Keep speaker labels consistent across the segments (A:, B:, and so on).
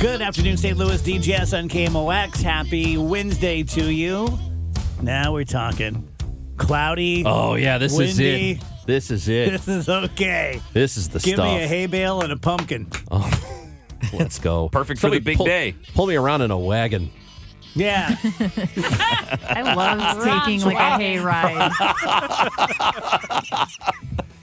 A: Good afternoon, St. Louis. DJS on KMOX. Happy Wednesday to you. Now we're talking. Cloudy.
B: Oh yeah, this
A: windy.
B: is it. This is it.
A: This is okay.
B: This is the
A: Give
B: stuff.
A: me a hay bale and a pumpkin.
B: Let's go.
C: Perfect for the big
B: pull,
C: day.
B: Pull me around in a wagon.
A: Yeah.
D: I love taking like a hay ride.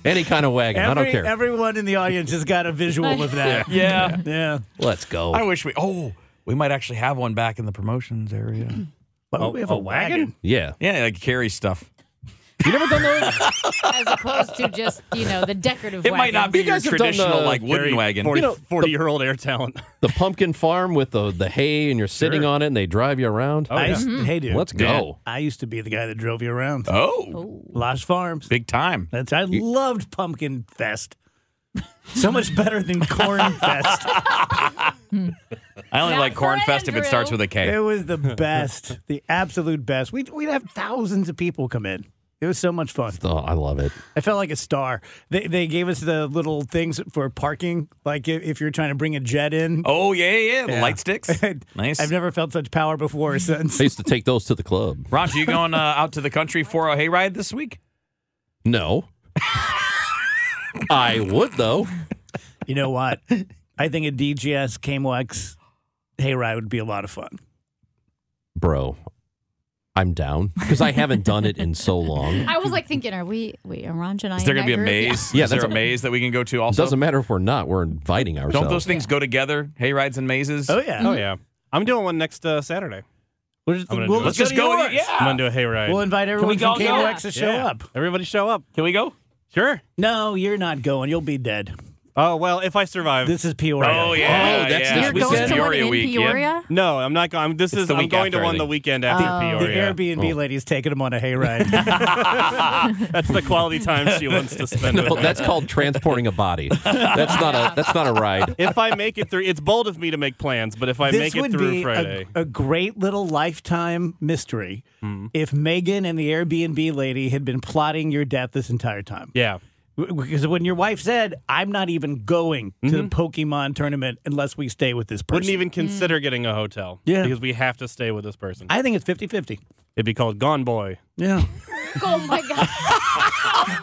B: Any kind of wagon. I don't
A: Every,
B: care.
A: everyone in the audience has got a visual of that.
C: Yeah.
A: Yeah.
B: Let's go.
C: I wish we. Oh, we might actually have one back in the promotions area.
A: Why
B: Oh,
A: would we have a, wagon?
B: yeah.
C: yeah, like carry stuff.
B: You never done those?
D: As opposed to just, you know, the decorative
C: It might not be
B: You
C: your
B: guys have done
C: traditional
B: the
C: like wooden wagon.
B: know, the-
E: 40 year old air talent.
B: the pumpkin farm with the, the hay and you're sitting on it and they drive you around.
A: I used, Hey, dude.
B: Oh, Mm-hmm. Let's go.
A: I used to be the guy that drove you around.
C: oh,
A: Lost Farms.
C: big time.
A: That's I loved Pumpkin Fest. So much better than Corn Fest.
C: I only
D: Not
C: like corn
D: for
C: fest if it
D: Andrew.
C: starts with a K.
A: It was the best, the absolute best. We'd, we'd have thousands of people come in. It was so much fun.
B: Oh, I love it.
A: I felt like a star. They, they gave us the little things for parking, like if, if you're trying to bring a jet in.
C: Oh yeah, yeah, the
A: Yeah.
C: light sticks. Oh, nice.
A: I've never felt such power before or since.
B: I used to take those to the club.
C: Ron, are you going uh, out to the country for a hayride this week?
B: No. I would though.
A: You know what? I think a DGS KMOX hayride would be a lot of fun.
B: Bro, I'm down because I haven't done it in so long.
D: I was like thinking, are we, wait, are Ron and I?
C: Is there
D: in
C: going to be
D: that
C: a
D: group? Yeah.
C: maze?
B: Yeah,
C: is there
B: that's a-
C: a maze that we can go to also?
B: Doesn't matter if we're not, we're inviting ourselves.
C: Don't those things go together? Hayrides and mazes?
A: Oh, yeah.
E: Oh, yeah. I'm doing one next uh, Saturday.
A: We'll just,
E: I'm gonna
A: we'll
E: do it.
C: Let's
A: go
C: just
A: to
C: go.
A: yours.
C: Yeah.
E: I'm going to do a hayride.
A: We'll invite everyone
C: we all
A: from
C: go?
A: KMOX to show
E: Yeah.
A: up.
E: Everybody show up.
C: Can we go?
E: Sure.
A: No, you're not going. You'll be dead.
E: Oh, well, if I survive.
A: This is Peoria.
C: Oh yeah.
B: Oh, that's
C: yeah.
B: this
D: You're
B: We
D: going
B: said
D: to one
C: Peoria
D: in
C: week, yeah.
D: Peoria?
E: no, I'm not going. I'm- This is
C: the
E: I'm
C: week
E: going
C: after,
E: to
C: I
E: one the
C: think.
E: weekend after
A: Oh. The
E: Peoria.
A: Airbnb lady's taking him on a hayride.
E: That's the quality time she wants to spend.
B: No,
E: with me.
B: that's called transporting a body. That's not a that's not a ride.
E: if I make it through, it's bold of me to make plans, but if I
A: this
E: make it
A: would
E: through
A: be
E: Friday, Mm-hmm.
A: a, a great little lifetime mystery if Megan and the Airbnb lady had been plotting your death this entire time.
E: yeah,
A: W- Because when your wife said, "I'm not even going to the Pokemon tournament unless we stay with this person,"
E: Mm-hmm. wouldn't even consider getting a hotel.
A: Mm. Yeah.
E: because we have to stay with this person.
A: I think it's 50-50.
E: It'd be called Gone Boy.
A: Yeah,
D: Oh my God.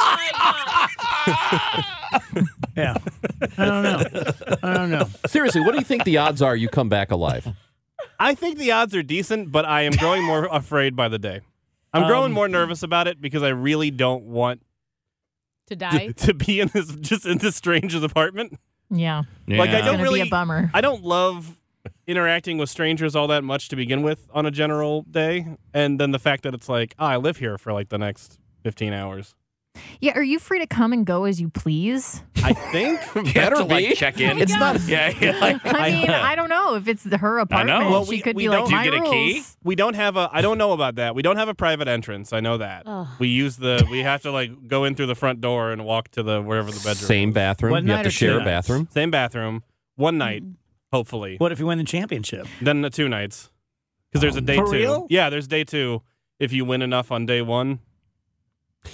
A: yeah. I don't know. I don't know.
B: Seriously, what do you think the odds are you come back alive?
E: I think the odds are decent, but I am growing more afraid by the day. I'm
A: Um,
E: growing more nervous about it because I really don't want
D: To
E: to,
D: die?
E: to be in this just in this stranger's apartment.
D: Yeah.
E: Like I
D: It's
E: don't
D: going to
E: really
D: be a bummer.
E: I don't love interacting with strangers all that much to begin with on a general day, and then the fact that it's like ah, I live here for like the next 15 hours.
D: Yeah, are you free to come and go as you please?
E: I think.
C: You
B: Better
C: have to
B: be.
C: like check in.
B: It's not-
C: Yeah, yeah, like-
D: I mean, I don't know if it's her apartment.
E: Well,
D: she
E: we-
D: could
E: we
D: be like,
E: don't-
D: my
C: Do you get a key?
D: rules.
E: We don't have a. I don't know about that. We don't have a private entrance. I know that.
D: Ugh.
E: We use the. We have to like go in through the front door and walk to the wherever the bedroom.
B: Same bathroom.
A: One
B: you
A: night
B: have
A: or
B: to share
A: two
B: a
A: nights?
B: bathroom.
E: Same bathroom. One night, hopefully.
A: What if you win the championship?
E: Then the two nights. Because there's a day
A: For
E: two.
A: real?
E: Yeah, there's day two. If you win enough on day one.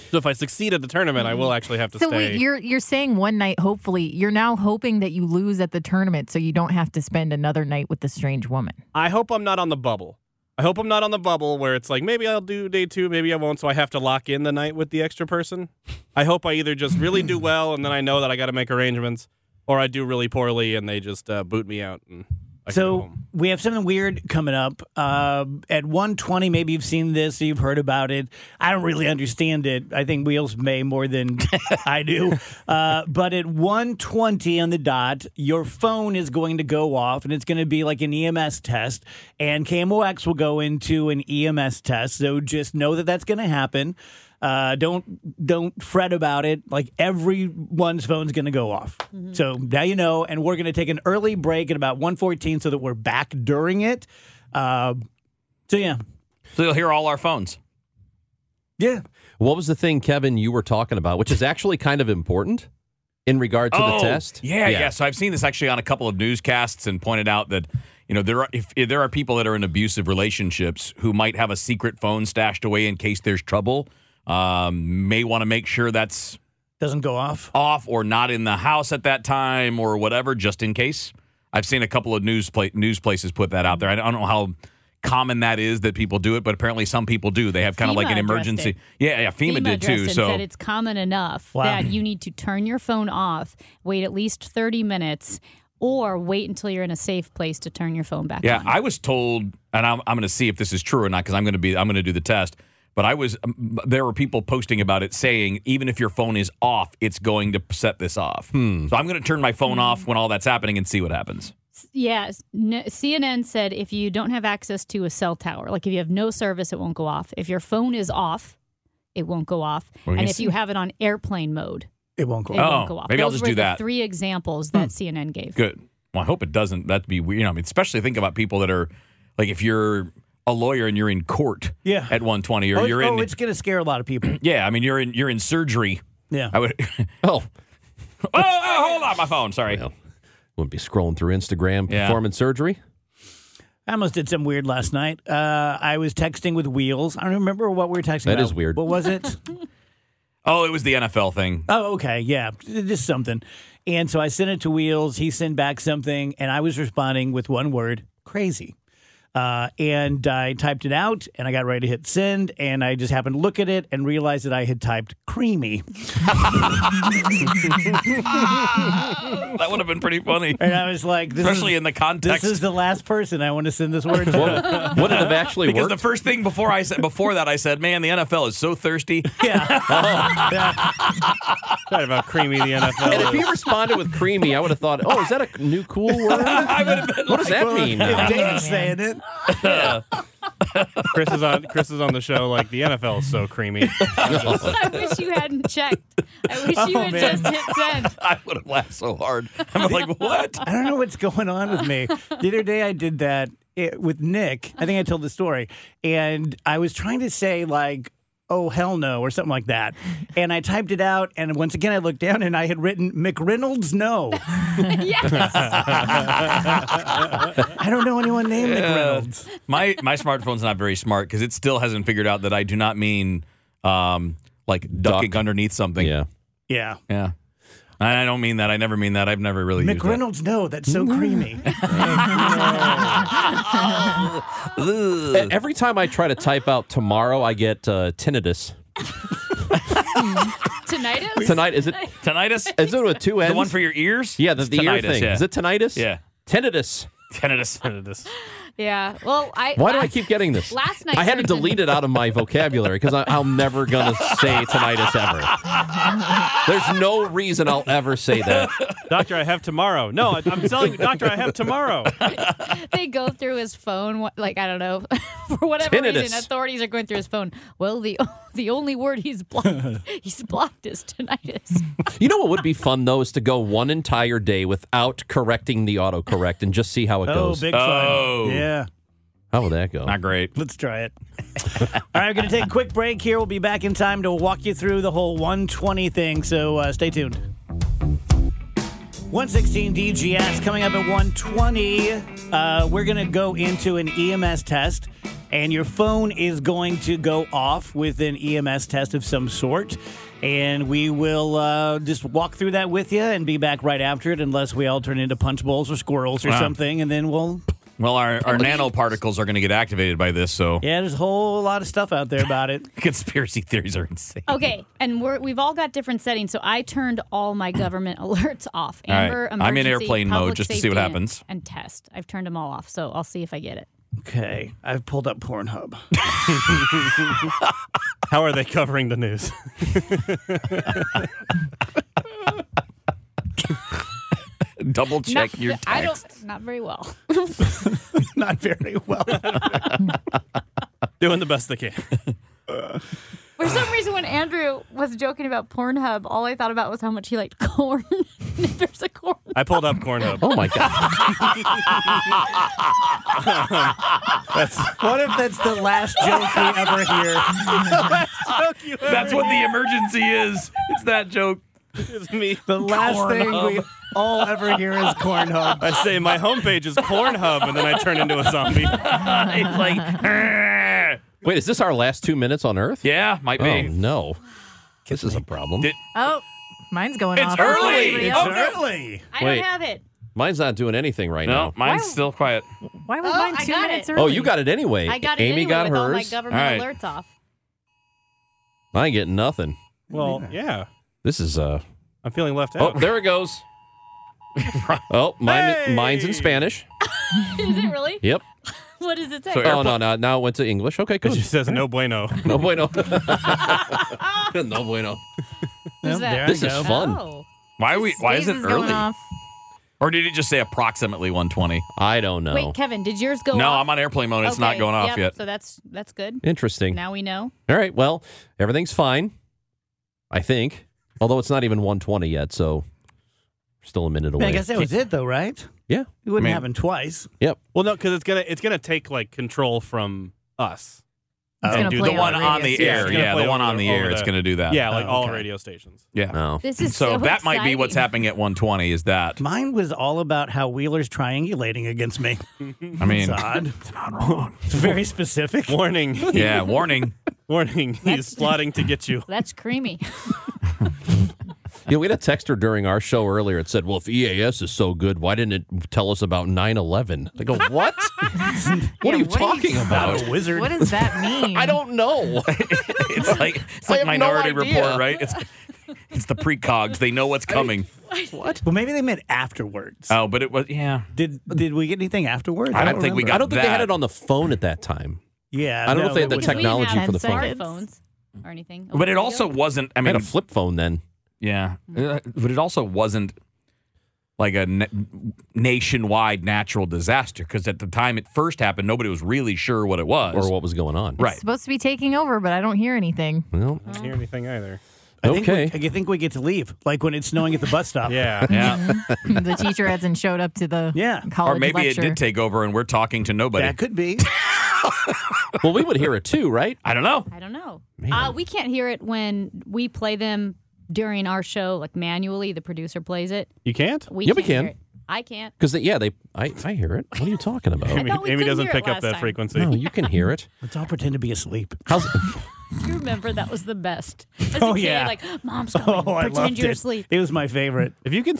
E: So if I succeed at the tournament, I will actually have to
D: So
E: stay.
D: wait, you're you're saying one night hopefully. You're now hoping that you lose at the tournament so you don't have to spend another night with the strange woman.
E: I hope I'm not on the bubble. I hope I'm not on the bubble where it's like maybe I'll do day two, maybe I won't, so I have to lock in the night with the extra person. I hope I either just really do well and then I know that I got to make arrangements, or I do really poorly and they just uh, boot me out and I can go
A: So
E: home.
A: we have something weird coming up uh, at 1:20. Maybe you've seen this, you've heard about it. I don't really understand it. I think Wheels may more than I do. Uh, but at 1:20 on the dot, your phone is going to go off, and it's going to be like an EMS test. And KMOX will go into an EMS test. So just know that that's going to happen. Uh, don't don't fret about it. Like everyone's phone's going to go off. So now you know, and we're going to take an early break at about 1:14 so that we're back during it. Uh, so yeah,
C: So you'll hear all our phones.
A: yeah.
B: What was the thing, Kevin, you were talking about, which is actually kind of important in regard to
C: oh,
B: the test?
C: Yeah, yeah, So I've seen this actually on a couple of newscasts and pointed out that you know there are if, if there are people that are in abusive relationships who might have a secret phone stashed away in case there's trouble. Um, may want to make sure that's
A: Doesn't go off.
C: off or not in the house at that time or whatever, just in case. I've seen a couple of news pla- news places put that out there. I don't know how common that is that people do it, but apparently some people do. They have kind of like
F: FEMA
C: an
F: addressed
C: emergency.
F: it.
C: Yeah, yeah, FEMA, did
F: addressed
C: too.
F: it
C: So
F: and said it's common enough
A: Wow.
F: that you need to turn your phone off, wait at least 30 minutes, or wait until you're in a safe place to turn your phone back
C: Yeah,
F: on.
C: I was told, and I'm, I'm going to see if this is true or not because I'm going to be I'm going to do the test. But I was um, there were people posting about it saying even if your phone is off, it's going to set this off.
A: Hmm.
C: So I'm going to turn my phone off when all that's happening and see what happens.
F: Yeah, n- CNN said if you don't have access to a cell tower, like if you have no service, it won't go off. If your phone is off, it won't go off.
C: We're gonna
F: And if
C: see.
F: you have it on airplane mode,
A: It won't
F: it
A: go off.
C: Oh,
F: won't go off.
C: maybe I'll
F: Those
C: just
F: were
C: do
F: the
C: that. Hmm.
F: Three examples that CNN gave.
C: Good. Well, I hope it doesn't. That'd be weird. You know, I mean, especially think about people that are like if you're a lawyer and you're in court
A: Yeah.
C: at 120 or
A: Oh,
C: you're
A: oh,
C: in
A: it's going to scare a lot of people.
C: yeah, I mean you're in you're in surgery.
A: Yeah.
C: I would
B: Oh,
C: oh, oh, hold on my phone. Sorry.
B: Yeah. wouldn't be scrolling through Instagram
C: Yeah.
B: performing surgery.
A: I almost did something weird last night. Uh, I was texting with Wheels. I don't remember what we were texting.
B: That
A: That is
B: is weird.
A: What was it?
C: Oh, it was the NFL thing.
A: Oh, okay. Yeah. Just something. And so I sent it to Wheels. He sent back something, and I was responding with one word crazy. Uh, and I typed it out, and I got ready to hit send, and I just happened to look at it and realized that I had typed creamy.
C: That would have been pretty funny.
A: And I was like, this
C: Especially
A: is,
C: in the context.
A: This is the last person I want to send this word to.
B: What would it have actually
C: because
B: worked?
C: the first thing before I said before that I said, "Man, the NFL is so thirsty."
A: yeah.
E: Sorry about creamy the
B: and if
E: NFL.
B: he responded with creamy, I would have thought, oh, is that a new cool word? what does that mean? now?
A: David's saying it.
E: Chris is on Chris is on the show like the NFL is so creamy.
F: I wish you hadn't checked. I wish you
A: Oh,
F: had
A: man.
F: just hit send.
C: I would have laughed so hard. I'm like, "What?"
A: I don't know what's going on with me. The other day I did that eh, with Nick. I think I told the story, and I was trying to say like. Oh hell no, or something like that, and I typed it out, and once again I looked down, and I had written McReynolds. No,
F: yes.
A: I don't know anyone named McReynolds.
C: My my smartphone's not very smart because it still hasn't figured out that I do not mean um, like ducking underneath something.
B: yeah.
A: Yeah,
C: yeah. And I don't mean that. I never mean that. I've never really used that.
A: McReynolds. No, that's so creamy.
B: E- Every time I try to type out tomorrow, I get uh, tinnitus.
F: Tonight is?
B: Tonight, is it?
C: Tinnitus.
B: Is it with two N's?
C: the one for your ears?
B: yeah, the,
C: It's
B: the ear
C: tinnitus,
B: thing.
C: Yeah.
B: Is it tinnitus?
C: Yeah.
B: Tinnitus.
C: tinnitus?
E: This-
F: Yeah. Well, I.
B: Why do I
F: last-
B: keep getting this?
F: Last night
B: I had to
F: turned in-
B: delete it out of my vocabulary because I'm never going to say tinnitus ever. There's no reason I'll ever say that.
E: Doctor, I have tomorrow. Oh, No, I, I'm telling you, Doctor, I have tomorrow.
F: they go through his phone. wha- Like I don't know, for whatever reason,
B: Tinnitus.
F: authorities are going through his phone. Well, the the only word he's blocked, he's blocked is tinnitus.
B: You know what would be fun though is to go one entire day without correcting the autocorrect and just see how it
A: oh,
B: goes.
A: big
C: Oh.
A: fun. Yeah,
B: How would that go?
C: Not great.
A: let's try it. All right, we're gonna take a quick break here. We'll be back in time to walk you through the whole 120 thing. So uh, stay tuned. 116 DGS coming up at 120. Uh, we're going to go into an EMS test, and your phone is going to go off with an EMS test of some sort. And we will uh, just walk through that with you and be back right after it, unless we all turn into punch bowls or squirrels or something, and then we'll
C: Well, our, our nanoparticles are going to get activated by this, so
A: Yeah, there's a whole lot of stuff out there about it.
C: conspiracy theories are insane.
F: Okay, and we're, we've all got different settings, so I turned all my government alerts off.
C: All right.
F: Amber,
C: I'm in
F: emergency,
C: airplane mode
F: public
C: just to see what
F: safety,
C: happens.
F: And, and test. I've turned them all off, so I'll see if I get it.
A: Okay, I've pulled up Pornhub.
E: How are they covering the news?
C: Double check your text.
F: I don't. Not very well.
A: Not very well.
E: Doing the best they can.
F: For some reason, when Andrew was joking about Pornhub, all I thought about was how much he liked corn. There's a corn.
E: I pulled up Cornhub.
B: Oh my god!
A: what if that's the last joke we ever hear?
C: That's what the emergency is. It's that joke.
E: It's me.
A: The last thing we all ever hear is Cornhub.
E: I say my homepage is Cornhub, and then I turn into a zombie.
C: it's like, "Argh."
B: Wait, is this our last two minutes on Earth?
C: yeah, might be.
B: Oh no, this is a problem.
C: Did-
D: Oh, mine's going
C: It's
D: off.
C: early.
D: Everybody
C: It's
D: else-
A: early.
F: I
B: Wait.
F: don't have it.
B: Mine's not doing anything right
C: no,
B: now.
C: mine's
D: Why-
C: still quiet.
D: Why was
F: Oh,
D: mine
F: I
D: two
F: got
D: minutes
F: it.
D: early?
B: Oh, you got it anyway.
F: I got it
B: Amy
F: anyway
B: got
F: with all my
B: hers.
F: government
C: All right.
F: alerts off.
B: I get nothing.
E: Well, yeah.
B: This is uh.
E: I'm feeling left
B: Oh,
E: out.
B: there it goes. oh, mine, mine's in Spanish.
F: Is it really?
B: Yep.
F: What does it say?
C: So-
B: Oh no, no, now it went to English. Okay,
E: it
B: good.
E: just says no bueno.
B: No bueno. no bueno.
F: Who's that?
A: there
B: This
A: you
B: is
A: go.
B: fun.
F: Oh.
C: Why we? Why
D: Steve's
C: is it
D: is
C: early?
D: Going off.
C: Or did it just say approximately 120?
B: I don't know.
F: Wait, Kevin, did yours go
C: no,
F: off?
C: I'm on airplane mode. It's not
F: Okay,
C: going off
F: yep,
C: yet.
F: So that's that's good.
B: Interesting.
F: Now we know.
B: All right. Well, everything's fine. I think. Although it's not even 120 yet, so still a minute away.
A: I guess that was it, though, right?
B: Yeah.
A: It wouldn't
C: Man.
A: happen twice.
B: Yep.
E: Well, no, because it's gonna it's gonna take like control from us.
D: It's
E: And
D: gonna
E: do
D: play
C: the one
D: on
C: on
D: radio
C: the
D: station.
C: air,
E: It's gonna
C: yeah,
E: play
C: the one
E: over
C: on the
E: the-
C: air.
E: over
C: It's
E: the-
C: going to do that.
E: Yeah, like
A: Oh,
E: all
A: okay.
E: radio stations.
C: yeah.
B: No.
F: Oh, This is
C: so,
F: so,
C: that might be what's
F: exciting.
C: happening at 120. Is that?
A: Mine was all about how Wheeler's triangulating against me.
C: I
A: It's
C: mean,
A: odd.
C: it's not wrong.
A: It's very specific.
E: Warning.
C: Yeah, warning.
E: Warning. He's plotting to get you.
F: That's creamy.
B: Yeah, we had a texter during our show earlier. It said, "Well, if EAS is so good, why didn't it tell us about 9/11?" I go, "What? what are you
D: what are you
B: talking about?
A: Not a wizard.
D: What does that mean?
B: I don't know."
C: It's like it's
B: I have
C: like
B: no
C: Minority
B: idea.
C: Report, right? It's it's the precogs. They know what's coming.
A: well, maybe they meant afterwards.
C: Oh, but it was yeah.
A: did did we get anything afterwards?
C: I don't think we
A: remember.
C: got
B: I don't think they had
C: that.
B: it on the phone at that time.
A: Yeah,
B: I don't know if they had
A: that
B: the
A: was-
F: Because we didn't
B: technology
F: have
B: for the phone.
F: smartphones or anything.
C: But it also wasn't. I
B: I
C: mean,
B: had a flip phone then.
C: yeah. Uh, But it also wasn't like a na- nationwide natural disaster because at the time it first happened, nobody was really sure what it was.
B: or what was going on.
C: Right.
D: It's supposed to be taking over, but I don't hear anything.
B: Well,
E: I don't hear anything either.
A: I think we-
B: Okay.
A: I think we get to leave, like when it's snowing at the bus stop.
E: Yeah.
C: Yeah.
D: the teacher hasn't showed up to the
A: Yeah.
D: college
C: or maybe
D: lecture.
C: it did take over and we're talking to nobody.
A: that could be.
B: well, we would hear it too, right?
C: I don't know.
F: I don't know. Uh, we can't hear it when we play them during our show, like manually. The producer plays it.
E: You can't?
F: We
B: Yeah,
F: can't
B: we
F: hear
B: can.
F: it. I can't.
B: Because yeah, they. I, I hear it. What are you talking about?
E: Amy,
F: thought we
E: Amy
F: couldn't
E: doesn't
F: hear it
E: pick up
F: last
E: that
F: time.
E: frequency.
B: no, you can hear it.
A: Let's all pretend to be asleep.
B: How's
F: You remember that was the best. As a
A: Oh,
F: kid,
A: yeah.
F: like mom's coming.
A: Oh, I
F: Pretend
A: loved
F: you're
A: it.
F: asleep.
A: It was my favorite.
E: If you can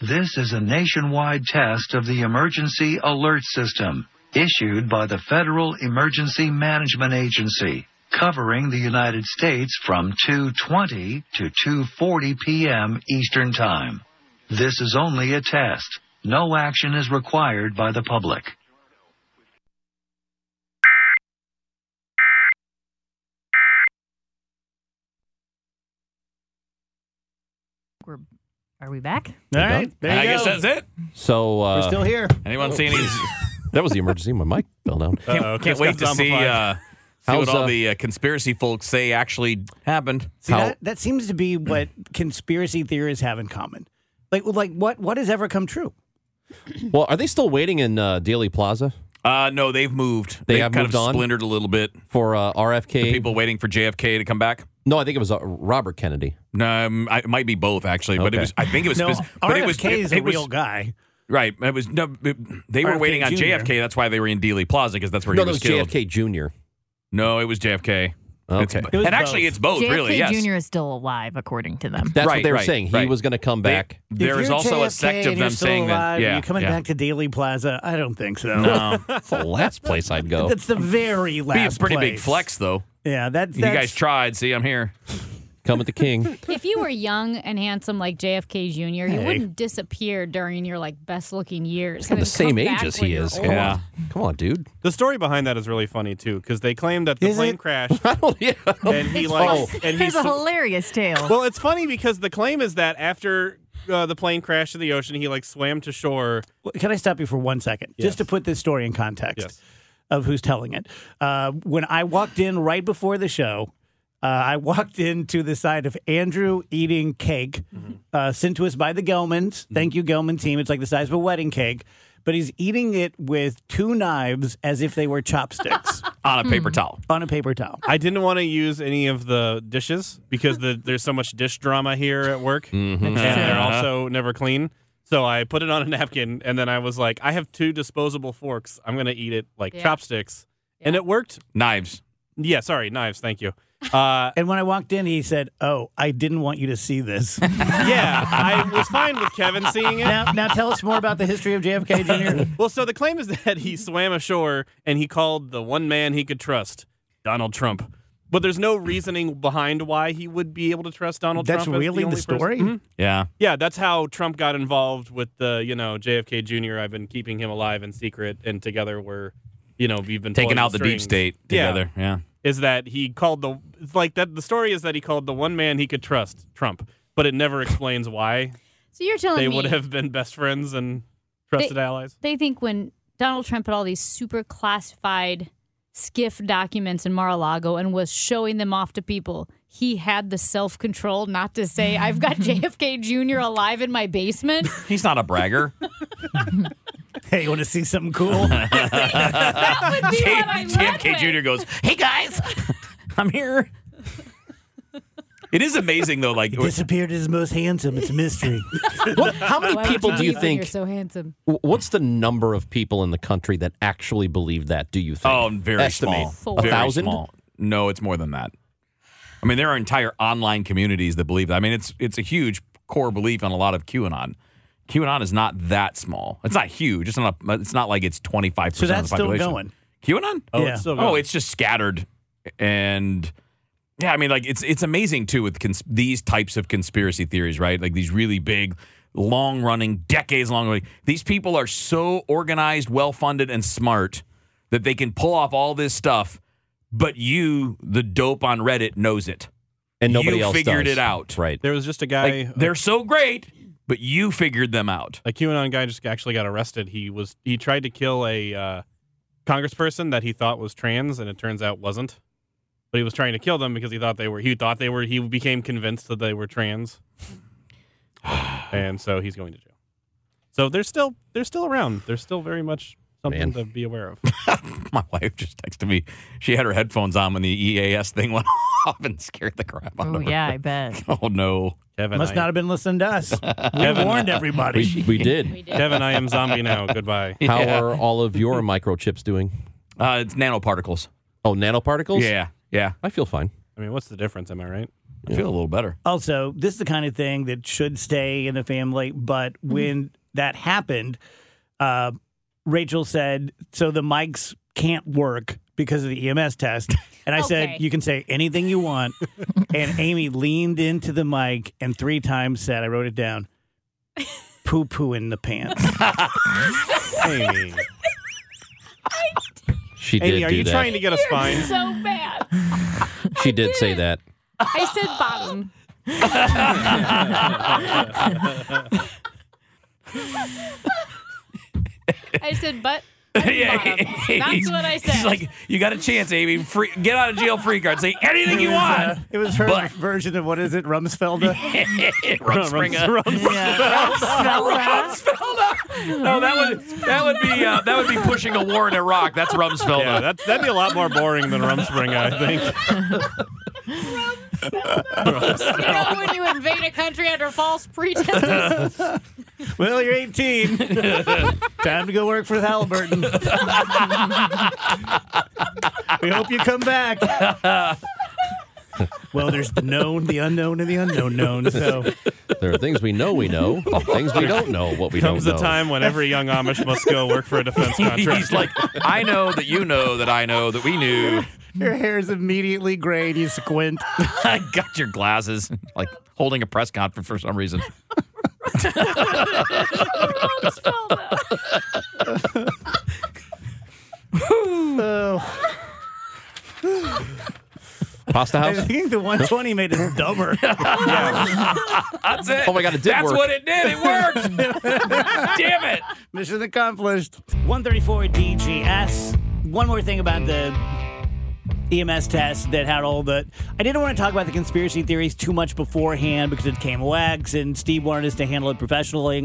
G: This is a nationwide test of the Emergency Alert System, issued by the Federal Emergency Management Agency, covering the United States from 2:20 to 2:40 p.m. Eastern Time. This is only a test. No action is required by the public.
D: We're, are we back?
A: All
B: done?
A: right, there you
C: I
A: go.
C: guess that's it.
B: so? Uh,
A: We're still here.
C: Anyone see any?
B: that was the emergency. My mic fell down.
C: Can't,
E: Uh-oh,
C: can't
E: Chris
C: wait
E: got
C: to see,
E: zombified.
C: uh, see
B: How's,
C: what all
B: uh,
C: the uh, conspiracy folks say actually happened.
A: See,
B: How-
A: that, that seems to be what conspiracy theorists have in common. Like, like what what has ever come true?
B: Well, are they still waiting in uh, Daily Plaza?
C: Uh, no, they've moved.
B: They
C: They've
B: have
C: kind
B: moved
C: of
B: on?
C: splintered a little bit.
B: for uh, RFK.
C: People waiting for JFK to come back.
B: no, I think it was uh, Robert Kennedy.
C: No, um, I, it might be both actually, but it
B: Okay.
C: was. I think it was.
A: No,
C: spec- but
A: RFK
C: it was, it-
A: is a
C: it was-
A: real guy.
C: Right. It was no. it- they were
A: RFK
C: waiting on
A: Jr..
C: JFK. That's why they were in Dealey Plaza because that's where
B: no,
C: he
B: that
C: was,
B: was
C: killed.
B: JFK Jr.
C: No, it was JFK. It's-
B: Okay.
A: It was
C: and
A: both.
C: actually, Oh, it's both.
D: JFK
C: really, yes.
D: Jr. is still alive, according to them.
B: That's
C: Right,
B: what they were
C: right,
B: saying. He
C: right.
B: was going to come
C: They-
B: back.
C: there is also a sect of them saying that. Yeah,
A: you coming
C: yeah.
A: back to Daily Plaza? I don't think so.
C: No,
B: That's the last place I'd go.
A: That's the very last.
C: be a pretty big
A: place.
C: flex though.
A: Yeah, that's,
C: You
A: that's
C: guys tried. See, I'm here.
B: Come with the king.
F: If you were young and handsome like JFK Jr., you wouldn't disappear during your like best looking years.
B: He's got
F: and
B: the
F: then come
B: same age
F: back
B: as
F: when
B: he
F: you're
B: is.
F: old.
B: Come
C: Yeah.
B: on, come on, dude.
E: The story behind that is really funny too, because they claim that the
A: Is
E: plane
A: it?
E: crashed
B: Oh, yeah.
E: and he like and he
D: It's a
E: sl-
D: hilarious tale.
E: Well, it's funny because the claim is that after uh, the plane crashed in the ocean, he like swam to shore.
A: Can I stop you for one second?
E: Yes.
A: Just to put this story in context
E: Yes.
A: of who's telling it. Uh, when I walked in right before the show, uh, I walked into the side of Andrew eating cake
E: Mm-hmm.
A: uh, sent to us by the Gelmans. Thank you, Gelman team. It's like the size of a wedding cake, but he's eating it with two knives as if they were chopsticks
C: on a paper towel.
A: on a paper towel.
E: I didn't want to use any of the dishes because the, there's so much dish drama here at work, and they're also never clean. So I put it on a napkin, and then I was like, I have two disposable forks. I'm gonna eat it like
F: Yeah.
E: chopsticks, and it worked.
C: Knives.
E: Yeah, sorry, knives. Thank you. Uh,
A: And when I walked in, he said, "Oh, I didn't want you to see this."
E: yeah, I was fine with Kevin seeing it.
A: now, now tell us more about the history of JFK Jr.
E: Well, so the claim is that he swam ashore and he called the one man he could trust, Donald Trump. But there's no reasoning behind why he would be able to trust Donald
A: That's
E: Trump. as
A: really the
E: only person-
A: story?
E: Mhm.
C: Yeah.
E: Yeah, that's how Trump got involved with the, you know, JFK Jr. I've been keeping him alive in secret, and together we're, you know, we've been
C: Taking
E: pulling
C: out the deep
E: strings.
C: state
E: Yeah.
C: together. Yeah.
E: Is that he called the it's like that? The story is that he called the one man he could trust Trump, but it never explains why
F: So you're telling
E: they
F: me
E: would have been best friends and trusted allies.
F: they think when Donald Trump had all these super classified skiff documents in Mar-a-Lago and was showing them off to people, he had the self-control not to say, "I've got JFK Jr. alive in my basement."
C: He's not a bragger.
A: hey, you want to see something cool?
F: That would be what I led
C: JFK
F: with.
C: Jr. goes, "Hey guys, I'm here." It is amazing though. Like,
A: disappeared as most handsome. It's a mystery.
B: Oh, What, how many
F: Why would
B: people do you
F: leave when You're
B: think?
F: so handsome.
B: wh- What's the number of people in the country that actually believe that? Do you think?
C: oh, very
B: Estimate.
C: small.
F: A
C: Very
B: thousand?
C: small. No, it's more than that. I mean, there are entire online communities that believe that. I mean, it's it's a huge core belief on a lot of QAnon. QAnon is not that small. It's not huge. It's not. A, it's not like it's twenty five
A: So
C: percent.
A: that's
C: of the
A: still
C: population.
A: going.
C: QAnon?
A: Oh, it's Yeah.
E: still
C: Oh,
E: going.
C: it's just scattered, and yeah, I mean, like it's it's amazing too with cons- these types of conspiracy theories, right? Like these really big, long running, decades long. Like, these people are so organized, well funded, and smart that they can pull off all this stuff. But you, the dope on Reddit, knows it.
B: and nobody
C: you
B: else
C: figured
B: does.
C: it out.
B: Right.
E: There was just a
C: Like,
E: guy.
C: they're so great, but you figured them out.
E: a QAnon guy just actually got arrested. He was he tried to kill a uh, congressperson that he thought was trans, and it turns out wasn't. But he was trying to kill them because he thought they were. He thought they were. He became convinced that they were trans, and so he's going to jail. So they're still they're still around. They're still very much
B: Man.
E: something to be aware of.
C: My wife just texted me. She had her headphones on when the EAS thing went off and scared the crap out
D: Oh
C: of her.
D: yeah, I bet.
C: Oh no.
E: Kevin,
A: Must
E: I,
A: not have been listening to us. We warned everybody.
B: We, we did.
F: We did.
E: Kevin, I am zombie now. Goodbye.
B: How are all of your microchips doing?
C: Uh, it's nanoparticles.
B: Oh, nanoparticles.
C: Yeah, yeah.
B: I feel fine.
E: I mean, what's the difference? Am I right?
C: I feel a little better.
A: Also, this is the kind of thing that should stay in the family. But when that happened, uh, Rachel said, "So the mics can't work." Because of the EMS test. And I
F: Okay.
A: said, You can say anything you want. and Amy leaned into the mic and three times said, I wrote it down, poo poo in the pants.
E: Amy,
B: She did
E: Amy, are
B: do
E: you
B: that.
E: trying to get us fined?
F: so bad.
B: she did say that.
F: I said bottom. I said butt.
C: yeah,
F: That's what I
C: He's
F: said.
C: like, you got a chance, Amy. Free, get out of jail free card. Say anything you want.
A: It was her
C: But-
A: version of what is it, Rumsfelda?
C: Rumspringa. Rumsfelda. No, that would that would be uh, that would be pushing a war in Iraq. That's Rumsfelda.
E: Yeah, that, that'd be a lot more boring than Rumspringa, I think.
F: You know when you invade a country under false pretenses?
A: well, you're 18. Time to go work for Halliburton. we hope you come back. Well, there's the known, the unknown, and the unknown known. So
B: There are things we know we know, and things we don't know what we
E: Comes
B: don't
E: the
B: know.
E: time when every young Amish must go work for a defense contractor.
C: He's like, I know that you know that I know that we knew.
A: your hair is immediately gray and you squint.
C: I got your glasses. Like holding a press conference for some reason.
A: Oh,
B: Pasta
A: I
B: house.
A: think the 120 made us dumber.
C: That's it.
B: Oh my God, it did
C: That's
B: work.
C: what it did. It worked. Damn it.
A: Mission accomplished. 134 DGS. One more thing about the EMS E test that had all the. I didn't want to talk about the conspiracy theories too much beforehand because it came wax and Steve wanted us to handle it professionally.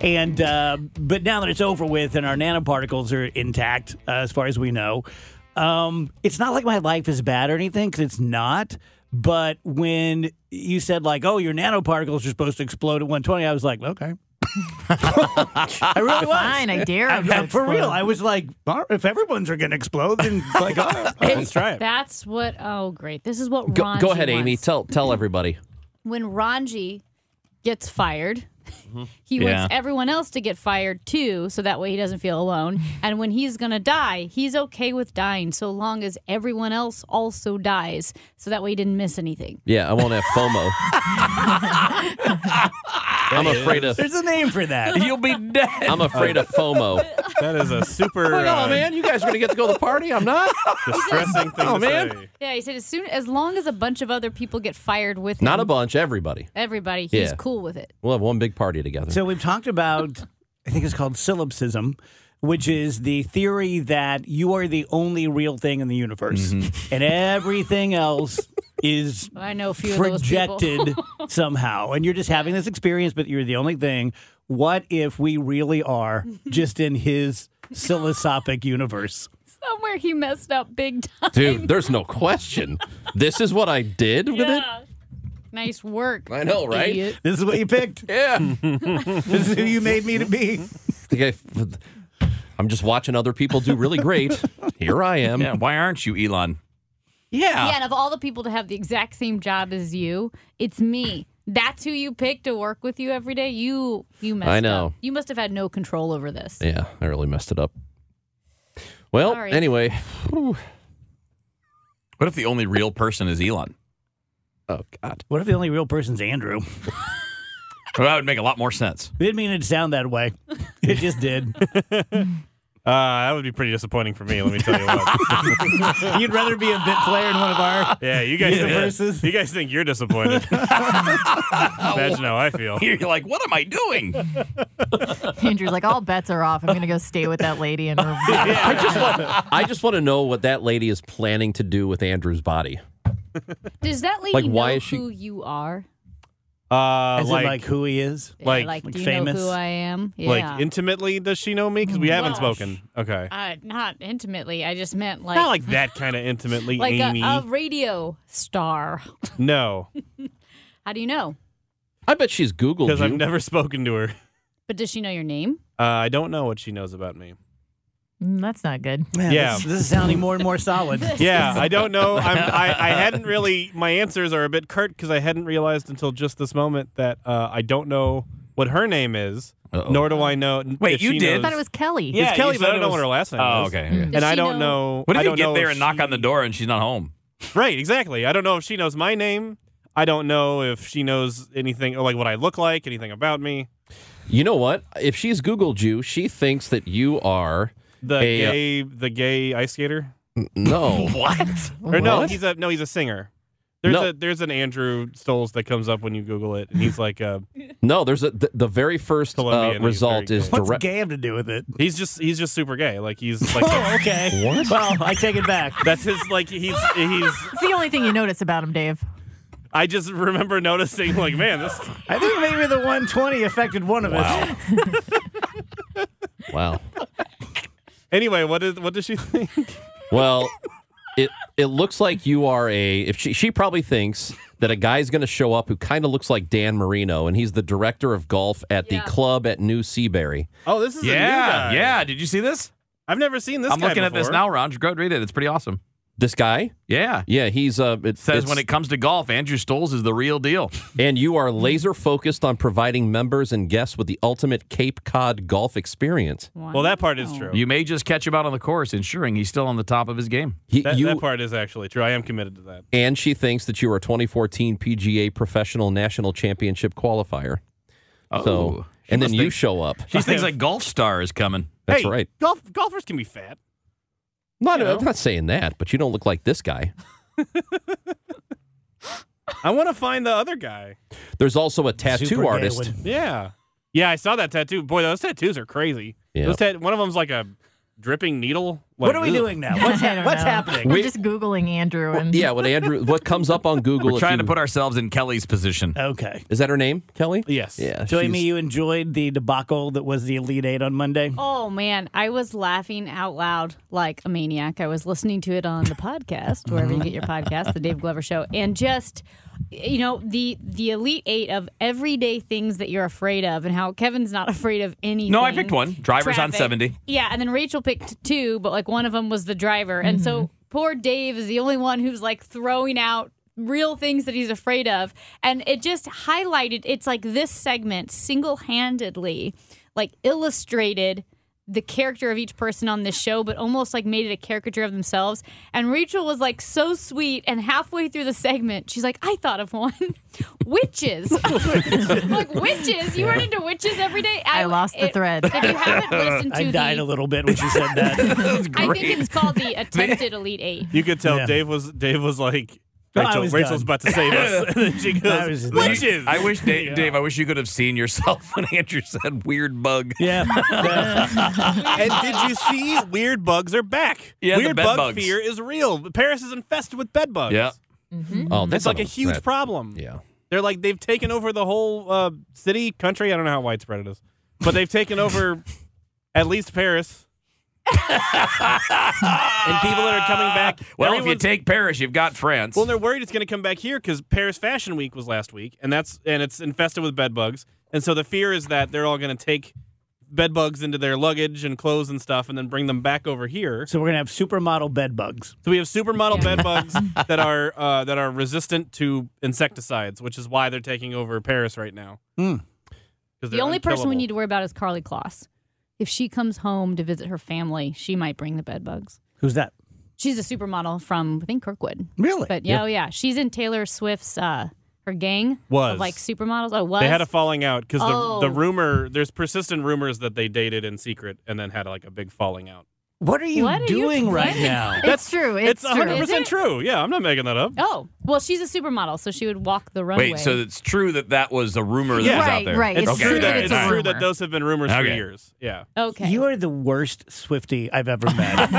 A: And uh, but now that it's over with and our nanoparticles are intact, uh, as far as we know, um, it's not like my life is bad or anything because it's not. But when you said like, "Oh, your nanoparticles are supposed to explode at 120," I was like, "Okay." I really was.
D: Fine, I dare
A: I-
D: you.
A: I- Uh, for real, I was like, "All right, if everyone's are going to explode, then like, all right, let's try it.
F: That's what. Oh, great! This is what.
B: Go,
F: Ronji
B: go ahead, Amy.
F: wants.
B: Tell tell everybody.
F: when Ranji gets fired,
B: Mm-hmm.
F: he
C: Yeah.
F: wants everyone else to get fired too, so that way he doesn't feel alone. And when he's gonna die, he's okay with dying so long as everyone else also dies, so that way he didn't miss anything.
B: Yeah, I won't have FOMO. I'm afraid of.
A: There's a name for that.
C: You'll be dead.
B: I'm afraid of FOMO.
E: that is a super
B: Oh
E: uh,
B: man, you guys are gonna get to go to the party. I'm not.
E: distressing thing
B: Oh,
E: to
B: man.
E: say.
F: Yeah, he said as soon as long as a bunch of other people get fired with
B: Not a
F: him,
B: bunch. Everybody.
F: everybody, he's
B: Yeah.
F: cool with it.
B: We'll have one big party together.
A: So we've talked about, I think it's called solipsism, which is the theory that you are the only real thing in the universe, and everything else is
F: I know Mm-hmm. a few of those people.
A: projected somehow, and you're just having this experience, but you're the only thing. What if we really are just in his psilocybic universe?
F: Somewhere he messed up big time.
B: Dude, there's no question. this is what I did with
F: Yeah. Nice work.
B: I know, right?
F: idiot.
A: This is what you picked.
B: it. Yeah.
A: This is who you made me to be.
B: Think I- I'm just watching other people do really great. Here I am.
C: Yeah, why aren't you, Elon?
F: Yeah, and of all the people to have the exact same job as you, it's me. That's who you pick to work with you every day. You you messed
B: I know.
F: up. You must have had no control over this.
B: Yeah, I really messed it up. Well,
F: Sorry.
B: anyway.
C: What if the only real person is Elon?
B: Oh God.
A: What if the only real person's Andrew?
C: Well, that would make a lot more sense.
A: It didn't mean it to sound that way. It just did.
E: Uh, that would be pretty disappointing for me. Let me tell you what.
A: You'd rather be a bit player in one of our.
E: Yeah, you guys
A: Universes.
E: think you guys think you're disappointed. Imagine how I feel.
C: You're like, what am I doing?
D: Andrew's like, all bets are off. I'm gonna go stay with that lady and.
B: I just want I just want to know what that lady is planning to do with Andrew's body.
F: Does that lady
B: Like,
F: know
B: why is she-
F: who you are?
E: Uh,
A: As like,
E: like,
A: in like who he is.
F: Yeah,
E: Like-
F: like,
A: Like
F: do you
A: famous?
F: know who I am? Yeah.
E: like intimately, does she know me? Because we haven't
F: Gosh.
E: spoken. Okay,
F: uh, not intimately. I just meant like
E: not like that kind of intimately,
F: like uh, um,
E: Amy.
F: a, a radio star.
E: no,
F: How do you know?
B: I bet she's Googled
E: because
B: you.
E: I've never spoken to her.
F: But does she know your name?
E: Uh, I don't know what she knows about me.
D: Mm, That's not good.
A: Man,
E: Yeah.
A: This, this is sounding more and more solid.
E: Yeah, I don't know. I'm, I I hadn't really. My answers are a bit curt because I hadn't realized until just this moment that uh, I don't know what her name is,
C: Uh-oh.
E: nor do I know.
C: Wait,
E: if
C: you
E: she
C: did?
E: knows-
D: I thought it was Kelly.
E: It's
C: Yeah,
E: Kelly,
C: you
E: but I
C: said
E: don't
C: it
E: know
C: was-
E: what her last name
C: Oh,
E: is.
C: okay, okay.
F: Does
E: and I
F: she know-
E: don't know.
C: What
E: I
C: if you
E: don't
C: get
E: know
C: there
E: if
C: and knock
E: she-
C: on the door and she's not home?
E: Right, exactly. I don't know if she knows my name. I don't know if she knows anything, or like what I look like, anything about me.
B: You know what? If she's Googled you, she thinks that you are
E: The
B: Hey, uh,
E: gay, the gay ice skater.
B: no.
C: What?
E: Or no,
B: What?
E: he's a no, he's a singer. There's
B: No.
E: a there's an Andrew Stoles that comes up when you Google it, and he's like, uh,
B: No, there's a the, the very first
E: Colombian,
B: uh,
E: he's
B: result
E: very
B: is
A: What's
B: direct.
A: gay have to do with it?
E: he's just he's just super gay. Like he's like
A: Oh, okay.
B: What?
A: Well, I take it back.
E: that's his like he's he's.
D: It's the only thing you notice about him, Dave.
E: I just remember noticing like, man, this
A: I think maybe the 120 affected one of us.
B: Wow.
E: Anyway, what is what does she think?
B: Well, it it looks like you are a. If she she probably thinks that a guy's going to show up who kind of looks like Dan Marino, and he's the director of golf at
F: Yeah.
B: the club at New Seabury.
E: Oh, this is
C: Yeah, yeah. Did you see this?
E: I've never seen this.
C: I'm looking at this now, Ron. Just Go read it. It's pretty awesome.
B: This guy,
C: Yeah.
B: yeah, he's uh, it
C: Says
B: it's-
C: when it comes to golf, Andrew Stoles is the real deal.
B: and you are laser focused on providing members and guests with the ultimate Cape Cod golf experience.
E: Well, that part is true.
C: You may just catch him out on the course, ensuring he's still on the top of his game.
B: He,
E: that,
B: you
E: that part is actually true. I am committed to that.
B: and she thinks that you are a 2014 PGA Professional National Championship qualifier. so,
C: Oh, She
B: and then
C: must
B: you
C: think-
B: show up.
C: She thinks a golf star is coming.
B: That's
E: hey,
B: right.
E: Golf golfers can be fat.
B: Not,
E: you know.
B: I'm not saying that, but you don't look like this guy.
E: I want to find the other guy.
B: There's also a
A: Super
B: tattoo
A: gay
B: artist.
A: would-
E: Yeah, yeah. I saw that tattoo. Boy, those tattoos are crazy.
B: Yeah.
E: Those tat- one of them's like a dripping needle.
A: What
E: Like,
A: are we
E: ugh.
A: doing now? What's,
D: I
A: hap
D: don't
A: what's
D: know.
A: happening?
D: We're
B: We-
D: just googling Andrew and
B: Yeah, what Andrew, what comes up on Google?
C: We're
B: if
C: trying to
B: you-
C: put ourselves in Kelly's position.
A: Okay.
B: Is that her name, Kelly?
E: Yes.
B: Yeah.
A: So, Amy,
B: she's-
A: you enjoyed the debacle that was the Elite Eight on Monday?
F: Oh man, I was laughing out loud like a maniac. I was listening to it on the podcast, wherever you get your podcast, the Dave Glover Show, and just you know the the elite eight of everyday things that you're afraid of, and how Kevin's not afraid of anything.
C: No, I picked one. Drivers on
F: Traffic.
C: 70.
F: Yeah, and then Rachel picked two, but like one of them was the driver, and so poor Dave is the only one who's like throwing out real things that he's afraid of, and it just highlighted. It's like this segment single handedly, like illustrated the character of each person on this show, but almost like made it a caricature of themselves. And Rachel was like so sweet, and halfway through the segment, she's like, "I thought of one, witches, like witches. You run into witches every day.
D: I lost the thread.
F: If you haven't listened to
A: I died
F: the,
A: a little bit when she said that.
F: I think it's called the attempted elite eight.
E: You could tell
A: Yeah.
E: Dave was Dave was like
A: No, I
E: Rachel,
A: was
E: Rachel's
A: done.
E: about to save us. and then she
A: I
E: goes,
A: was just done.
E: witches.
C: I wish, Dave, Dave, I wish you could have seen yourself when Andrew said weird bug.
A: yeah.
E: and did you see weird bugs are back?
C: Yeah, the
E: weird
C: bed
E: bug
C: bugs.
E: fear is real. Paris is infested with bed bugs.
C: Yeah.
B: Oh, that's
E: It's like a
B: not
E: huge
B: that-
E: problem.
B: Yeah.
E: They're like they've taken over the whole uh, city, country. I don't know how widespread it is, but they've taken over at least Paris. and people that are coming back.
C: Ah, Well, if you
E: everyone's-
C: take Paris, you've got France.
E: well, they're worried it's going to come back here because Paris Fashion Week was last week, and that's and it's infested with bed bugs. And so the fear is that they're all going to take bed bugs into their luggage and clothes and stuff, and then bring them back over here.
A: So, we're going to have supermodel bed bugs.
E: So we have supermodel bedbugs bed bugs that are uh, that are resistant to insecticides, which is why they're taking over Paris right now.
C: Hmm.
F: The only person we need to worry about is Carly Kloss. If she comes home to visit her family, she might bring the bed bugs.
A: Who's that?
F: She's a supermodel from I think Kirkwood.
A: Really?
F: But yeah, oh yeah, she's in Taylor Swift's uh, her gang
E: Was.
F: of like supermodels. Oh, was
E: They had a falling out because
F: Oh.
E: the the rumor there's persistent rumors that they dated in secret and then had like a big falling out.
A: What are you
F: What are you
A: doing right
F: doing?
A: now?
D: It's true. It's,
E: It's
D: true.
E: 100
F: Is it?
E: percent true. Yeah, I'm not making that up.
F: oh well, she's a supermodel, so she would walk the runway.
C: Wait, so it's true that that was a rumor that
E: Yeah.
C: was out
D: Right,
C: there.
D: right.
E: It's
D: Okay,
E: true
C: all
E: that
C: right,
E: it's
C: all right.
E: true that those have been rumors for
C: Okay.
E: years. Yeah.
F: okay,
A: You are the worst Swifty I've ever met.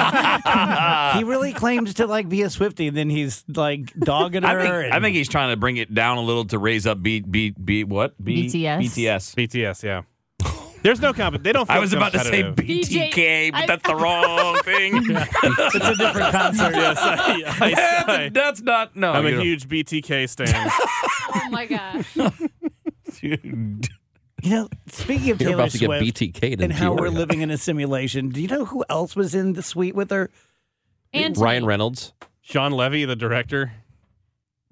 A: he really claims to like be a Swifty, and then he's like dogging her.
C: I think,
A: and-
C: I think he's trying to bring it down a little to raise up B, B, B what? B,
D: BTS.
C: BTS.
E: BTS. Yeah. There's no competition. They don't. Feel
C: I was about to say
E: competitive.
C: BTK, but
F: I-
C: that's the wrong thing.
A: it's a different concert.
E: yes. I, I,
C: that's, that's not. No,
E: am
C: Oh, you
E: a
C: don't-
E: huge BTK stan.
F: oh my gosh,
C: Dude.
A: You know, speaking of
B: You're
A: Taylor
B: about to get
A: Swift
B: BTK'd
A: and
B: in
A: how we're
B: Peoria.
A: living in a simulation, do you know who else was in the suite with her?
F: and
B: Ryan Reynolds.
E: Sean Levy, the director.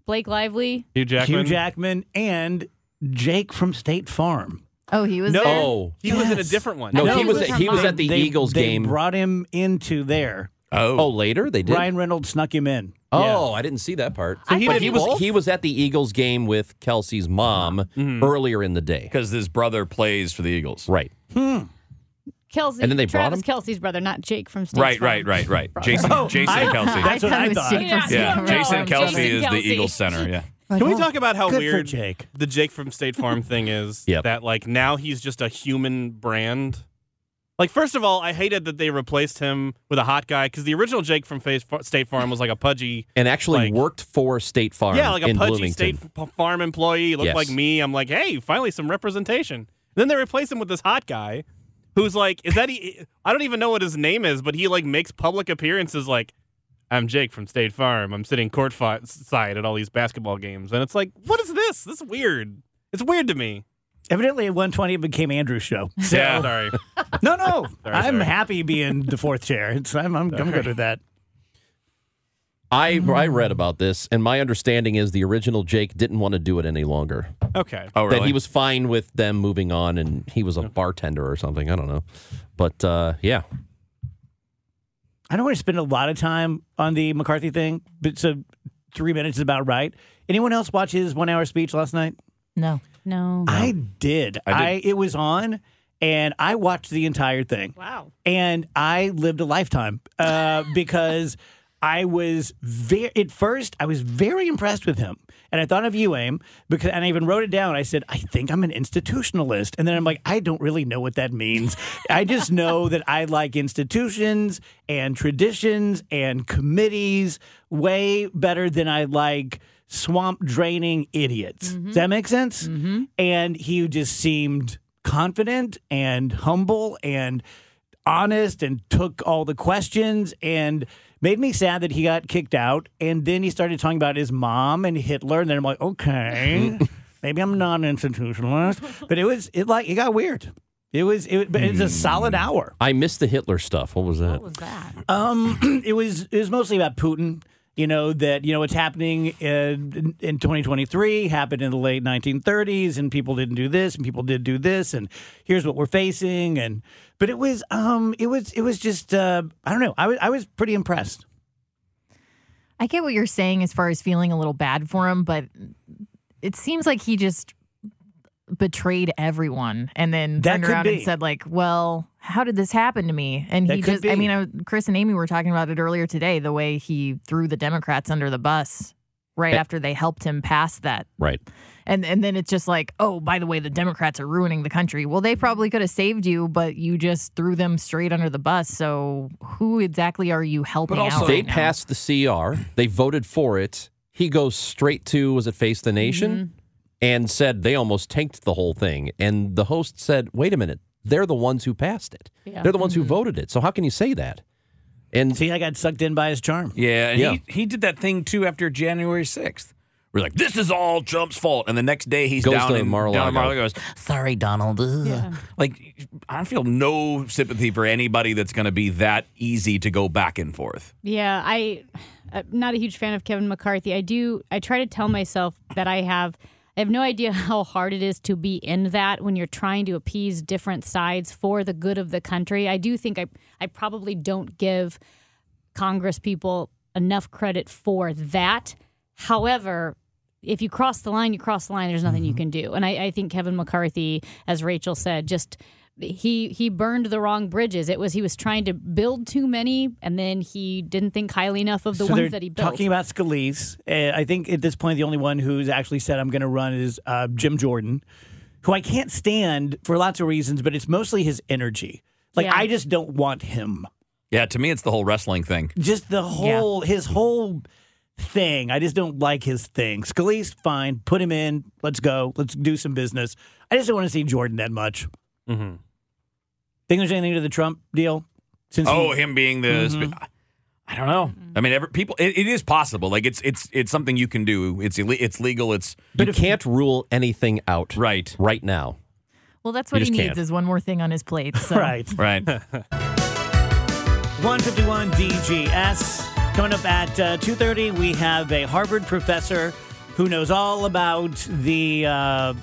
F: Blake Lively.
E: Hugh Jackman.
A: Hugh Jackman and Jake from State Farm.
D: Oh, he was
E: No.
D: there?
B: Oh.
E: He was in a
A: Yes.
E: different one.
B: No, he
F: I thought
B: was
F: it was
B: at, he
F: from
B: was
F: mine.
B: at the
A: They-
B: Eagles
A: they
B: game.
A: brought him into there.
B: oh, later they did.
A: Ryan Reynolds snuck him in.
B: Oh, I didn't see that part.
F: I
B: but
F: thought
B: he
F: he
B: was
F: both-
B: he was at the Eagles game with Kelsey's
E: Uh-huh. Mm-hmm.
B: mom earlier in the day.
C: Because his brother plays for the Eagles.
B: Right.
F: Kelsey.
B: And then they brought
F: Travis
B: him?
F: Kelsey's brother, not Jake from State
C: Right,
F: Farm. Oh,
C: right, right, right.
F: Brother.
C: Jason, Jason
A: I-
C: Kelsey.
A: That's what
D: kinda
A: I
D: was
A: thought.
D: Jake from
C: yeah,
F: Yeah,
D: Seattle.
C: Jason
F: no,
C: Kelsey
F: Jason
C: is
F: Kelsey.
C: the Eagles center. Yeah,
D: Like,
E: Can we
D: oh,
E: talk about how
A: Good for
E: weird
A: Jake.
E: the Jake from State Farm thing is?
B: Yep.
E: That like now he's just a human brand. Like first of all, I hated that they replaced him with a hot guy because the original Jake from Face- State Farm was like a pudgy,
B: and actually
E: Like-
B: worked for State Farm
E: yeah, like a
B: in
E: pudgy
B: Bloomington.
E: State F- Farm employee. Looked
B: Yes.
E: like me. I'm like, hey, finally some representation. Then they replace him with this hot guy, who's like, is that he? I don't even know what his name is, but he like makes public appearances like. I'm Jake from State Farm. I'm sitting court fi- side at all these basketball games, and it's like, what is this? This is weird. It's weird to me.
A: Evidently, at 120, it became Andrew's show.
E: Yeah, sorry.
A: No, no.
E: Sorry,
A: I'm
E: sorry.
A: happy being the fourth chair. It's, I'm, I'm, I'm good with that.
B: I
E: Mm-hmm.
B: I read about this, and my understanding is the original Jake didn't want to do it any longer.
E: Okay.
C: Oh, really?
B: That he was fine with them moving on, and he was a bartender or something. I don't know, but uh, yeah,
A: I don't want to spend a lot of time on the McCarthy thing, but so three minutes is about right. Anyone else watch his one hour speech last night?
D: No.
F: No.
A: I did.
C: I did.
A: I it was on, and I watched the entire thing.
F: Wow.
A: and I lived a lifetime uh, because I was very at first I was very impressed with him, and I thought of you, Aim, because and I even wrote it down. I said I think I'm an institutionalist, and then I'm like I don't really know what that means. I just know that I like institutions and traditions and committees way better than I like swamp draining idiots. Does that make sense? And he just seemed confident and humble and honest and took all the questions and made me sad that he got kicked out. And then he started talking about his mom and Hitler. And then I'm like, okay, maybe I'm not an institutionalist. But it was it like it got weird. It was it, but it's a solid hour.
B: I missed the Hitler stuff. What was that?
F: Oh.
D: What was that?
A: Um, it was it was mostly about Putin. You know that you know what's happening uh, in, in 2023 happened in the late 1930s, and people didn't do this, and people did do this, and here's what we're facing. And but it was um it was it was just uh, I don't know I was I was pretty impressed.
D: I get what you're saying as far as feeling a little bad for him, but it seems like he just betrayed everyone and then
A: That
D: turned
A: could
D: around
A: be.
D: and said like, "Well, how did this happen to me?" And
A: That
D: he
A: could
D: just
A: be.
D: I mean, I, Chris and Amy were talking about it earlier today, the way he threw the Democrats under the bus right
B: Eh.
D: after they helped him pass that.
B: Right.
D: And and then it's just like, "Oh, by the way, the Democrats are ruining the country." Well, they probably could have saved you, but you just threw them straight under the bus. So, who exactly are you helping out?
B: they
D: right now?
B: passed the CR. They voted for it. He goes straight to was it Face the Nation,
D: Mm-hmm.
B: and said they almost tanked the whole thing. And the host said, "Wait a minute, they're the ones who passed it. They're the ones
D: Mm-hmm.
B: who voted it. So how can you say that?" And
A: See, I got sucked in by his charm.
C: Yeah, and
B: Yeah.
C: He, he did that thing too after January 6th. We're like, this is all Trump's fault. And the next day he's
B: Goes
C: down,
B: to
C: in,
B: Mar-a-Lago.
C: down in Mar-a-Lago goes, sorry, Donald. Ugh." Like, I feel no sympathy for anybody that's going to be that easy to go back and forth.
F: Yeah, I, I'm not a huge fan of Kevin McCarthy. I do. I try to tell myself that I have. I have no idea how hard it is to be in that when you're trying to appease different sides for the good of the country. I do think I, I probably don't give Congress people enough credit for that. However, if you cross the line, you cross the line. There's nothing you
A: Mm-hmm.
F: can do. And I, I think Kevin McCarthy, as Rachel said, just he he burned the wrong bridges. It was he was trying to build too many, and then he didn't think highly enough of the
A: so they're
F: ones that he built.
A: Talking about Scalise, uh, I think at this point the only one who's actually said I'm going to run is uh, Jim Jordan, who I can't stand for lots of reasons, but it's mostly his energy. Like
F: Yeah.
A: I just don't want him.
C: Yeah, to me, it's the whole wrestling thing.
A: Just the whole his whole thing. I just don't like his thing. Scalise, fine, put him in. Let's go. Let's do some business. I just don't want to see Jordan that much.
E: Mm-hmm.
A: Think there's anything to the Trump deal? Since
C: Oh,
A: he,
C: him being the.
F: Mm-hmm.
C: sp- I don't know. I mean, every, people. It, it is possible. Like it's it's it's something you can do. It's ille- it's legal. It's
B: you can't rule anything out
C: right,
B: right now.
D: Well, that's
B: You
D: what he
B: just
D: needs
B: can't.
D: is one more thing on his plate. So.
A: right.
C: right.
A: 151 DGS. Coming up at uh, 2.30, we have a Harvard professor who knows all about the... Uh,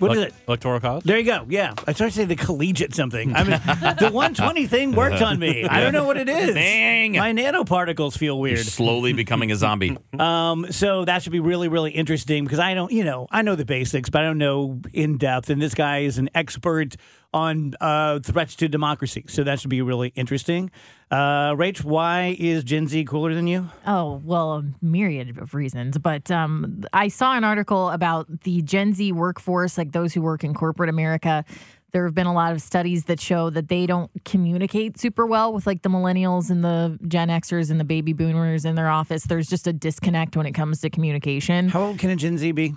A: What is
E: Elec-
A: it?
E: Electoral college?
A: There you go. Yeah. I tried to say the collegiate something. I mean, the 120 thing worked on me. I don't know what it is.
C: Dang.
A: My nanoparticles feel
C: You're
A: weird.
C: slowly becoming a zombie.
A: Um, so that should be really, really interesting because I don't, you know, I know the basics, but I don't know in depth. And this guy is an expert on uh, threats to democracy. So that should be really interesting. Uh, Rach, why is Gen Z cooler than you?
D: Oh, well, a myriad of reasons. But um, I saw an article about the Gen Z workforce, like those who work in corporate America. There have been a lot of studies that show that they don't communicate super well with like the millennials and the Gen Xers and the baby boomers in their office. There's just a disconnect when it comes to communication.
A: How old can a Gen Z be?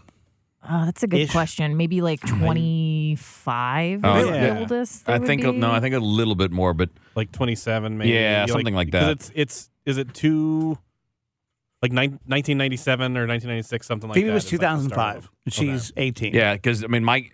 D: Uh, that's a good
A: Ish.
D: question. Maybe like 25
C: Oh,
D: is
C: yeah.
D: the oldest. they
C: I
D: would
C: think uh, oh,
D: be.
C: no, I think a little bit more, but
E: Like 27, maybe.
C: Yeah, something like that.
E: 'cause It's, it's, is it two, like nine, 1997 or 1996, something like
A: Phoebe
E: that?
A: was
E: is, like, the start
A: 2005.
E: of-
A: She's 18.
C: yeah, because I mean, my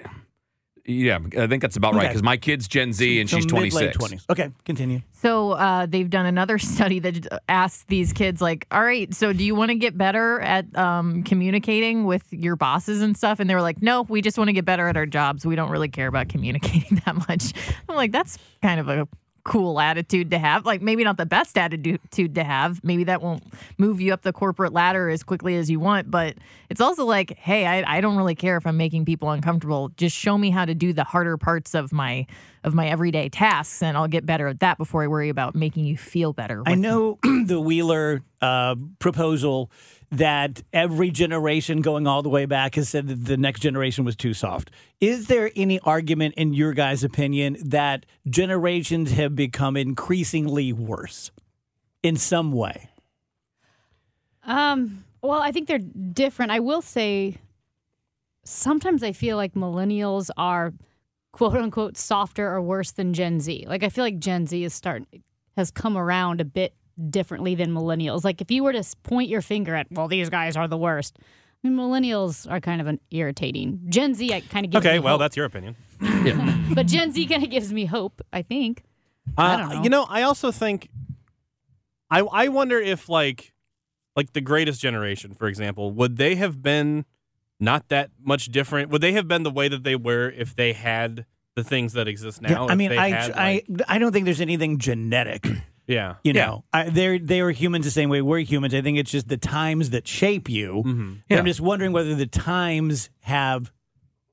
C: yeah, I think that's about right.
A: Okay.
C: Because my kid's Gen Z and
A: So
C: she's
A: mid,
C: twenty
A: late
C: six.
A: 20s. Okay, continue.
D: So uh, they've done another study that asks these kids, like, all right, so do you want to get better at um, communicating with your bosses and stuff? And they were like, no, we just want to get better at our jobs. We don't really care about communicating that much. I'm like, that's kind of a cool attitude to have. Like, maybe not the best attitude to have. Maybe that won't move you up the corporate ladder as quickly as you want. But it's also like, hey, I, I don't really care if I'm making people uncomfortable. Just show me how to do the harder parts of my of my everyday tasks, and I'll get better at that before I worry about making you feel better.
A: I
D: with-
A: know the Wheeler uh, proposal that every generation going all the way back has said that the next generation was too soft. Is there any argument, in your guys' opinion, that generations have become increasingly worse in some way?
F: Um, well, I think they're different. I will say sometimes I feel like millennials are quote unquote softer or worse than Gen Z. Like I feel like Gen Z is starting has come around a bit differently than millennials. Like if you were to s- point your finger at, well, these guys are the worst. I mean, millennials are kind of an irritating. Gen Z, I kind of gives
E: Okay,
F: me
E: well,
F: hope.
E: that's your opinion.
F: but Gen Z kind of gives me hope. I think. I don't
E: Uh,
F: know.
E: You know, I also think I I wonder if like like the greatest generation, for example, would they have been not that much different? Would they have been the way that they were if they had the things that exist now?
A: I
E: If
A: mean,
E: they
A: I,
E: had,
A: I,
E: like-
A: I don't think there's anything genetic.
E: yeah,
A: You
E: Yeah.
A: know, I, they're they are humans the same way we're humans. I think it's just the times that shape you.
C: Mm-hmm. Yeah.
A: I'm just wondering whether the times have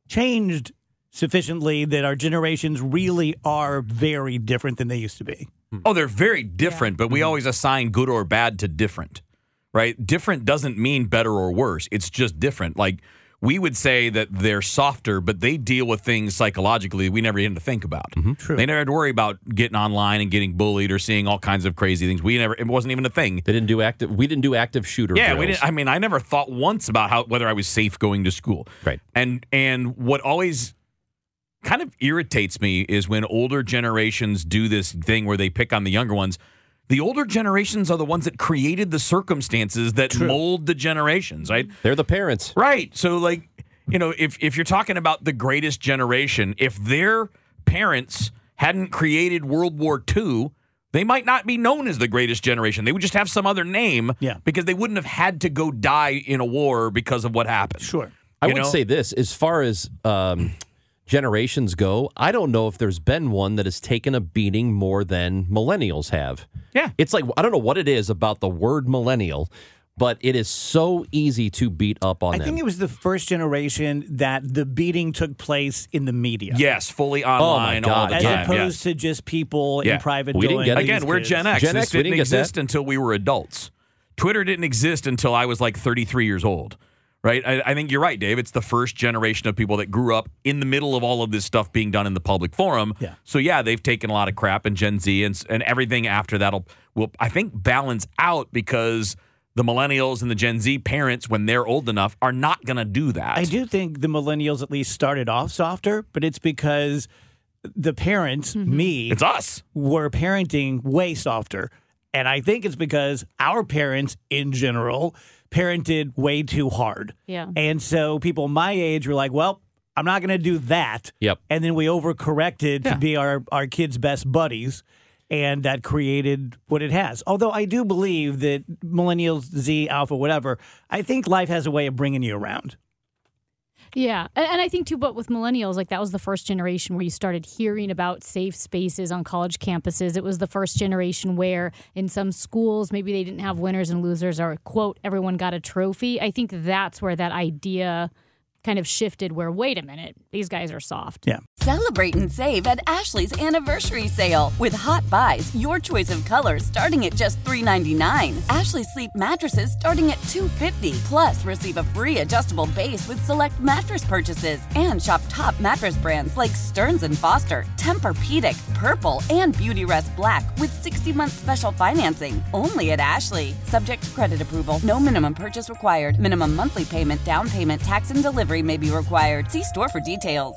A: changed sufficiently that our generations really are very different than they used to be.
C: Oh, they're very different, but
A: Mm-hmm.
C: we always assign good or bad to different, right? Different doesn't mean better or worse. It's just different. Like we would say that they're softer, but they deal with things psychologically we never even think about.
A: Mm-hmm. True.
C: They never had to worry about getting online and getting bullied or seeing all kinds of crazy things. We never. It wasn't even a thing.
B: They didn't do active. We didn't do active shooter.
C: Yeah, we
B: drills.
C: didn't. I mean, I never thought once about how whether I was safe going to school.
B: Right.
C: And and what always kind of irritates me is when older generations do this thing where they pick on the younger ones. The older generations are the ones that created the circumstances that mold the generations, right?
B: They're the parents.
C: Right. So like, you know, if if you're talking about the greatest generation, if their parents hadn't created World War II, they might not be known as the greatest generation. They would just have some other name
A: Yeah.
C: because they wouldn't have had to go die in a war because of what happened.
A: Sure.
B: I
C: You
B: would
C: know?
B: say this as far as um, generations go. I don't know if there's been one that has taken a beating more than millennials have.
C: Yeah.
B: It's like I don't know what it is about the word millennial, but it is so easy to beat up on
A: I
B: them.
A: think it was the first generation that the beating took place in the media.
C: Yes, fully online all
B: God,
C: the
A: As
C: time.
A: opposed
C: yes.
A: to just people
C: Yeah.
A: in private
B: We didn't
A: going,
B: get it.
A: "These
C: Again, we're
A: kids."
C: Gen X.
B: Gen
C: this
B: X, we
C: didn't
B: didn't get that.
C: exist until we were adults. Twitter didn't exist until I was like 33 years old, right? I, I think you're right, Dave. It's the first generation of people that grew up in the middle of all of this stuff being done in the public forum.
A: Yeah.
C: So yeah, they've taken a lot of crap, and Gen Z and s- and everything after that'll will I think balance out because the millennials and the Gen Z parents, when they're old enough, are not going to do that.
A: I do think the millennials at least started off softer, but it's because the parents,
B: Mm-hmm.
A: me,
C: It's us.
A: were parenting way softer. And I think it's because our parents in general parented way too hard.
F: Yeah.
A: And so people my age were like, well, I'm not going to do that.
B: Yep.
A: And then we overcorrected to be our, our kids' best buddies. And that created what it has. Although I do believe that millennials, Z, Alpha, whatever, I think life has a way of bringing you around.
F: Yeah. And, and I think, too, but with millennials, like that was the first generation where you started hearing about safe spaces on college campuses. It was the first generation where in some schools, maybe they didn't have winners and losers or, quote, everyone got a trophy. I think that's where that idea kind of shifted where, wait a minute, these guys are soft.
A: Yeah.
H: Celebrate and save at Ashley's anniversary sale with Hot Buys, your choice of colors starting at just $3.99. Ashley Sleep mattresses starting at $2.50. Plus, receive a free adjustable base with select mattress purchases and shop top mattress brands like Stearns and Foster, Tempur-Pedic, Purple, and Beautyrest Black with 60-month special financing only at Ashley. Subject to credit approval, no minimum purchase required. Minimum monthly payment, down payment, tax, and delivery may be required. See store for details.